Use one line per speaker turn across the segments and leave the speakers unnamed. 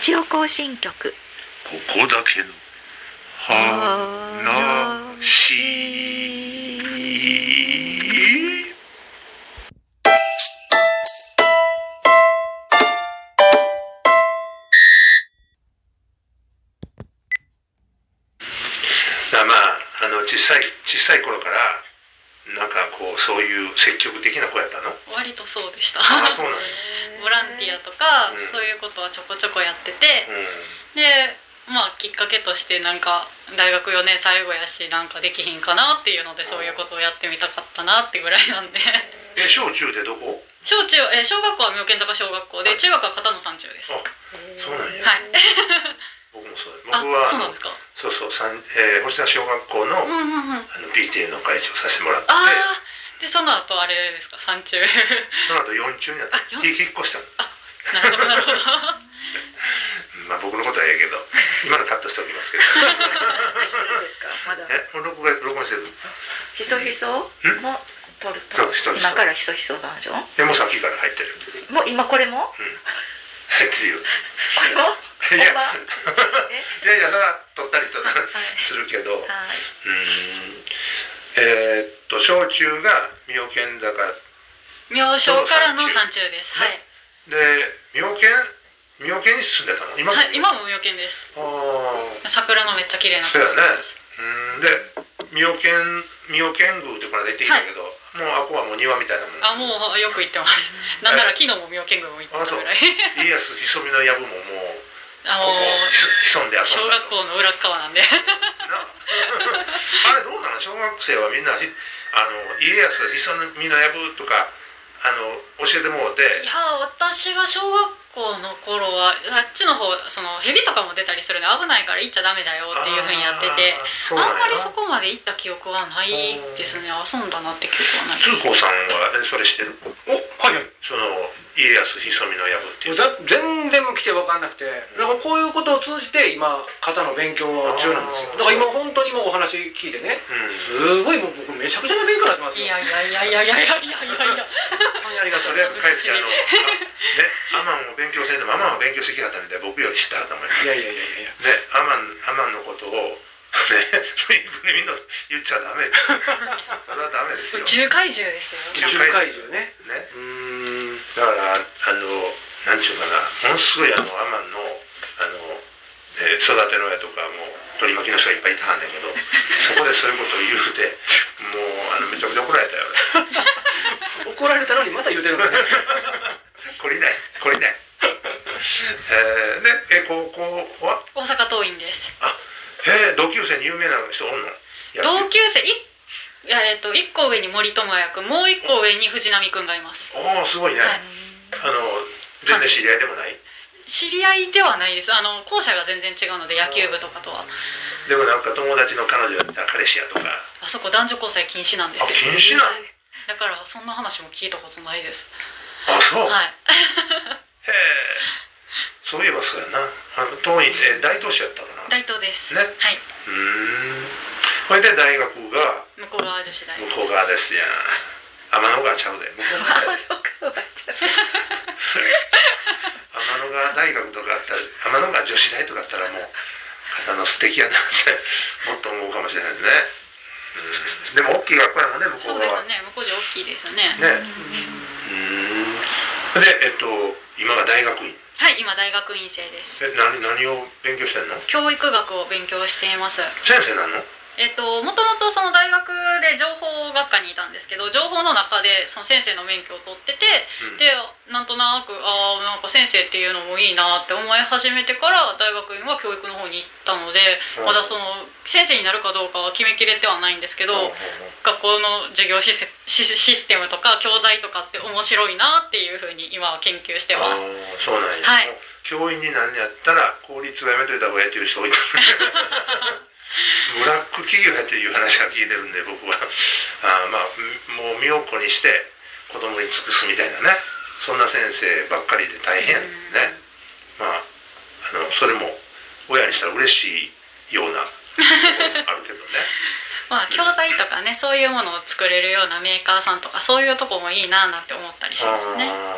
行進曲
ここだけの話。まあまあ、あの小さい小さい頃からなんかこうそういう積極的な子やったの。
割とそうでした
あそうなんや。
ボランティアとか、
うん
そういうことはちょこちょこやってて、
う
でまあきっかけとしてなんか大学4年最後やしなんかできひんかなっていうのでそういうことをやってみたかったなってぐらいなんで
ん。え小中でどこ？
小中えー小学校は妙見坂小学校で中学は片野山中です
あ
は
そうなんや
い
僕もそう
あ
だ。僕
そう
は
なんですか
そうそう三えー、星田小学校
うん
の、あ
う
の
んうん
PTA の会長させてもらって、
ああでその後あれですか山中
その後四中になっ
あ
て
四
引っ越したの。
なるほどなるほど
まあ僕のことはええけど、 今のカットしておきますけど。
ですかまだ
え、これ録画録音してる。
ひそひそ
ん
も撮る
そうひ
と
そひそ
今からひそひそバージョン
え、もうさっきから入ってる。
もう今これも
入ってるよ。
これも
いや、い
本番え
やいや、それは撮ったりとか
はい
するけど。
はい
うんえーっと小中が妙見坂
妙小からの山中ですはい、
で妙見妙見に住んでたの今も
はい、今も妙見です
ああ
桜のめっちゃ綺麗な
そうやね
です
うんで妙見妙見宮ってこれで行ってきたけど、もうあこはもう庭みたいなもん
あ、もうよく行ってます。なんなら昨日も妙見宮も行ってたぐらい。
家康潜みの藪ももう
あ
こ
の
こ
ー、
潜んで遊んだ
小学校の裏っ側なんで。
なあれどうなの小学生はみんなひあの家康潜みの藪とかあの教えてもうて
いやー、私が小学校の頃は、あっちの方、その、蛇とかも出たりするんで危ないから行っちゃダメだよっていうふうにやってて、
あーそう
あ
なん
ん
や
まりそこまで行った記憶はないですね。遊んだなって記憶はないで
通
す。
行さんはえそれ知ってる
おはいはい
その家康潜みの藪っていう
だ全然来て分かんなくてだからこういうことを通じて今肩の勉強中なんで
あ
す
ー
よだから今本当にもうお話聞いてね
うん
すごいもう僕めちゃくちゃな勉強になってます
い
よ
やいやいやいやいやいやいやいやいや。
本当にありがと
と
う
りあえず帰ってあのあねアマンを勉強せんでもアマンを勉強してきはったみたい僕より知ってはったもん
い
ね
やいやいやいや
アマンアマンのことをね ぬいぐるみの言っちゃダメそれはダメですよ、
宇宙怪獣ですよ。
宇宙怪獣ね
ね、
うーん
だからあのなんちゅうかなものすごいあのアマンのあの、えー育ての親とかもう取り巻きの人がいっぱいいたはんだけどそこでそういうことを言うてもうあのめちゃくちゃ怒られたよ俺
怒られたのにまた言うてるんですね
これないこれないえー、でえ高校は
大阪桐蔭です。
えー、同級生に有名な人おんの
同
級
級生いいやえっと1個上に森友哉君もう1個上に藤波君がいます
おおすごいね、
はい
あの全然知り合いでもない
知り合いではないですあの校舎が全然違うので野球部とかとは
でもなんか友達の彼女やったら彼氏やとかあ
あそこ男女交際禁止なんですよ
禁止なの
だからそんな話も聞いたことないです
あそう、へ
はい
えそういえばそうやなあの当院で大東市やったかなう
大東です、
ね
はい
ーんこれで大学が
向こう側女子大
向こう側ですやん天の川ちゃうで向こう側や
あそっか終わっちゃう
天の川大学とかあったら天の川女子大とかあったらもう肩の素敵やなってもっと思うかもしれないね、うん、でも大きい学校やもんね向こ
そ
う
うです
は
ね向こうじゃ大きいですね
ねうんでえっと今が大学院
はい今大学院生です
え何何を勉強してんの
教育学を勉強しています
先生なの
えっと、もともとその大学で情報学科にいたんですけど情報の中でその先生の免許を取ってて
うん
でなんとなくああんか先生っていうのもいいなって思い始めてから大学院は教育の方に行ったのでまだその先生になるかどうかは決めきれてはないんですけ
うんうんうん
ど学校の授業シスシシステムとか教材とかって面白いなっていうふうに今は研究して
あ
ます。
ーそうなんや、
はい
もう教員になんねやったら公立はやめといた方がええっていう人多い ブラック企業やっていう話は聞いてるんで僕はあーまあもう身を粉にして子供に尽くすみたいなねそんな先生ばっかりで大変ねまああのそれも親にしたら嬉しいようなあるけど ね
まあ、教材とかねそういうものを作れるようなメーカーさんとかそういうとこもいいななんて思ったりしますね。
あ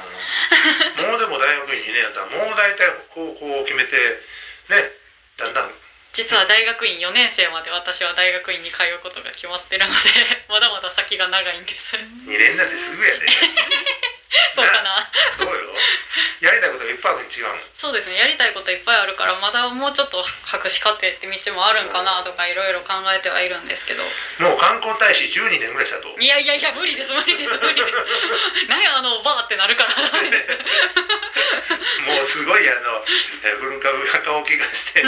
ーもうでも大学院2年やったらもう大体高校を決めてねだんだん
実は大学院4年生まで私は大学院に通うことが決まってるので まだまだ先が長いんです
2年なんてすぐやで
そうかな
そうよやりたいことがいっぱいあるに違うもん
そうですねやりたいこといっぱいあるからまだもうちょっと博士課程って道もあるんかなとかいろいろ考えてはいるんですけど
もう観光大使12年ぐらいしたと
いやいやいや無理です無理です無理 です何やあのおばあってなるからダメです
もうすごいあのえー文化部が顔を怪我 して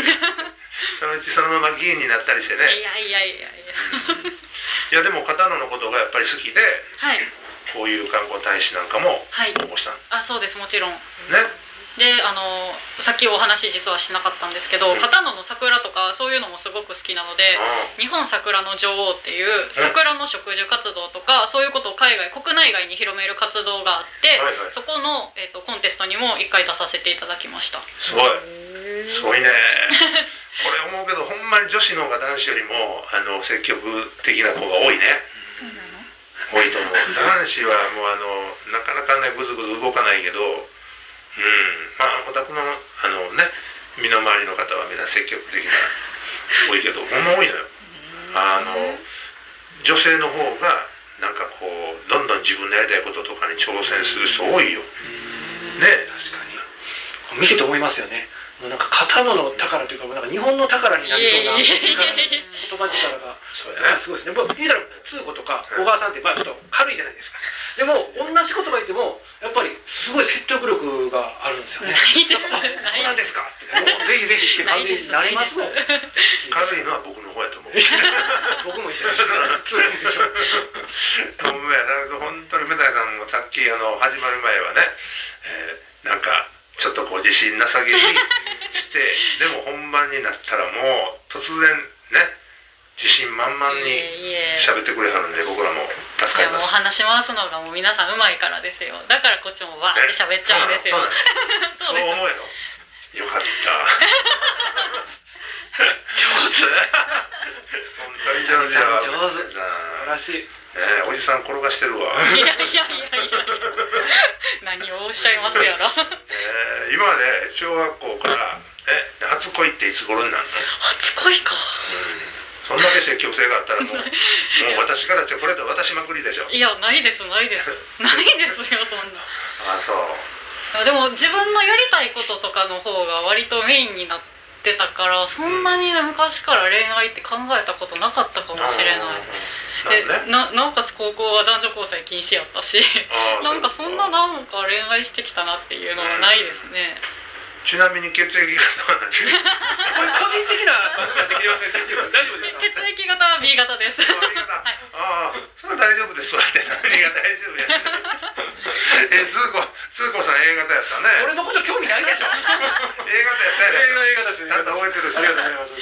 そのうちそのまま議員になったりして
い
ね
やいやいやいや
いやでも片野のことがやっぱり好きで
はい
こういう観光大使なんかも
はい
応募したん
あそうですもちろん
ね
であのさっきお話実はしなかったんですけど
うん
片野の桜とかそういうのもすごく好きなので
あ
日本桜の女王っていう桜の植樹活動とかそういうことを海外国内外に広める活動があって、
はいはい
そこの、えっとコンテストにも1回出させていただきました
すごいすごい ねこれ思うけどほんまに女子の方が男子よりもあの積極的な子が多いね
そうなの
多いと思う男子はもうあのなかなかねぐずぐず動かないけどうんまあお宅のあのね身の回りの方はみんな積極的な多いけどほんま多いのよあの女性の方がなんかこうどんどん自分のやりたいこととかに挑戦する人多いよね
確かに見てて思いますよねもうなんか片野の宝というかもうなんか日本の宝になりそうな
イエ
言
イ
葉力が
そうやね
すごいですねもう言うたら通子とか小川さんってまあちょっと軽いじゃないですかでも同じことが言ってもやっぱりすごい説得力があるんですよね
ないです
あそうな
なんい
ですかってもうぜひぜひって
な
感
い
じ
で
に
す
なりますもん
ないです
軽いのは僕の方やと思うほん
僕も一緒です通子でしょ
まやだけど本当にメタイさんもさっきあの始まる前はね、えーなんかちょっとこう自信なさげにして でも本番になったらもう突然ね自信満々
い
に
えいえ
喋ってくれはるんで僕らも助
い
か
や
りま
もう
す
話し回すのがもう皆さんうまいからですよだからこっちもわーって喋っちゃうんですよ
そう
そ
な
うです
のそうなのそう思うよよかった 上手本当に上手だわ
上手
みたい
素晴
な
らしい
ねえおじさん転がしてる わ、
い
ね
やいやいやいや何をおっしゃいます やら
え今まで小学校からえ初恋っていつ頃になるの、
初恋か
そんだけ積極性があったら もうもう私からチョコレート渡しまくりでしょ
いやないですない ですないですよそんな
あそう
あでも自分のやりたいこととかの方が割とメインになってたからそんなにね昔から恋愛って考えたことなかったかもしれない
い
で
なんね
ななおかつ高校は男女交際禁止やったし
あー
なんかそんななんか恋愛してきたなっていうのはないですね
ちなみに血液型は何
これ個人的な話はできません大丈夫大丈夫
で
です
血
か
液型は B 型です
ああー、それは大丈夫ですわって何が大丈夫やねんえ、つうこ、つうこさん A 型やったね。
俺のこと興味ないでしょ
A 型や ったやね。
映
ちゃんと覚えてるし。
ありがとうございます
ね。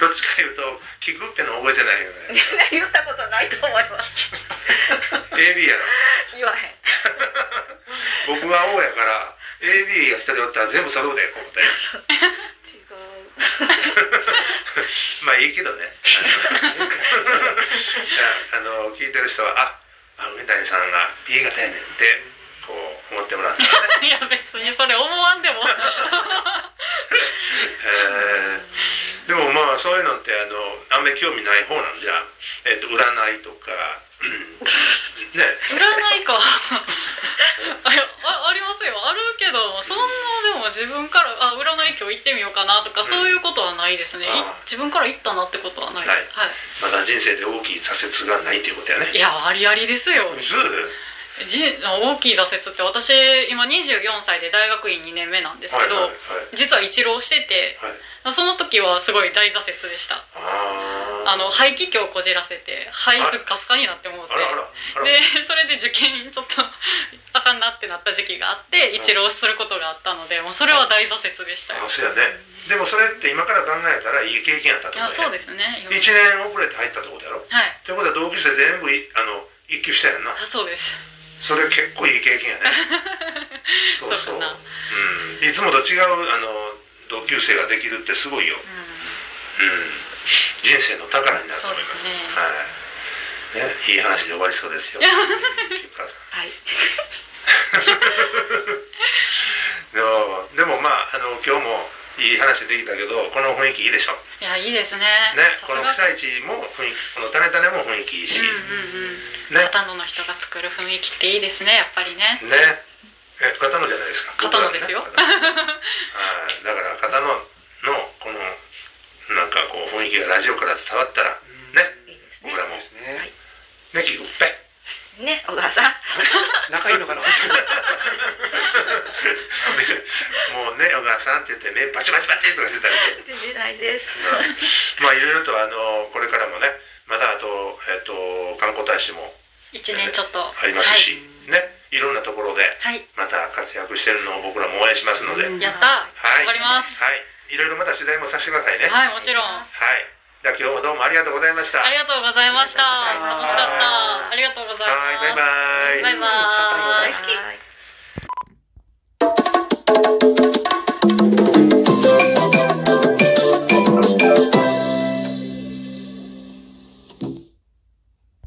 どっちか言うと、聞くっての覚えてないよね。
言ったことないと思います
AB やろ。
言わへん
僕は O やから、AB が一人おったら全部揃うで、こうって。
違う
まあいいけどね。 あの、聞いてる人は、あ、あの、梅谷さんが B 型やねんって、こう思って もらったらね。
いや別にそれ思わんでも
えーでもまあそういうのってあのあんまり興味ない方なんじゃ、えっと占いとか、うんね
占 いかあいやあありますよあるけどそんなでも自分からあ占い今日行ってみようかなとか、
うん
そういうことはないですねい
あー
自分から行ったなってことはないです、はい
まだ人生で大きい挫折がないっていうことや
い、
ね。
やありありですよ
ずー
じ大きい挫折って私今24歳で大学院2年目なんですけ
はい
ど、
はいはい
実は一浪してて
はい。
その時はすごい大挫折でした
あー
あの肺気胸こじらせて肺
あ
すっかすかになってもうて
あらあらあら。
でそれで受験ちょっとあかんなってなった時期があって一浪することがあったのでもうそれは大挫折でした
あ
よ
そうやね。でもそれって今から考えたらいい経験やったっ
い
て
や
こと
そう
ね。
ですね
一年遅れて入ったってことやろ。
はい
ということは同級生全部いあの一級したやんな。
あそうです
それ結構いい経験やね。そう
そう
そう。
かな
うん。いつもと違うあの同級生ができるってすごいよ。
うん
うん。人生の宝になると思いま
そう
す。
ですね
はい。ね、いい話で終わりそうですよ。
いや
菊川さん
はい
でもでもまああの今日もいい話できたけどこの雰囲気いいでしょ
いやいいですね
ね
さす
この
が
草市も雰囲気この種種も雰囲気いいし、
うんうんうん
ね
片野の人が作る雰囲気っていいですねやっぱりね
ねえ片野じゃないですか
片野で すよ
僕らねはいだから片野のこのなんかこう雰囲気がラジオから伝わったらね
いいです
僕ら
ね。
も
で
ね
すね。
聞くっ ぺ
ね、小川さん。
仲いいのかな。
もうね小川さんって言ってねバチバチバチとかしてたりして
全然ないです。
まあいろいろとあのこれからもねまたあと,、えっと観光大使も
一年ちょっと
ありますし、ねいろんなところで
はい、は
ま
い
た活躍してるのを僕らも応援しますので、
うん
やっ
は
た
い、
頑張ります
はい、いろいろまた取材もさせてくださいね。はい、
はいもちろんあ
じゃあ今日もどうもありがとうございました。
りがとうございました
ありがとう
楽
ご
し
ざいます
はい、
かったありがとうございます
バイバイ。
バイバイ
はい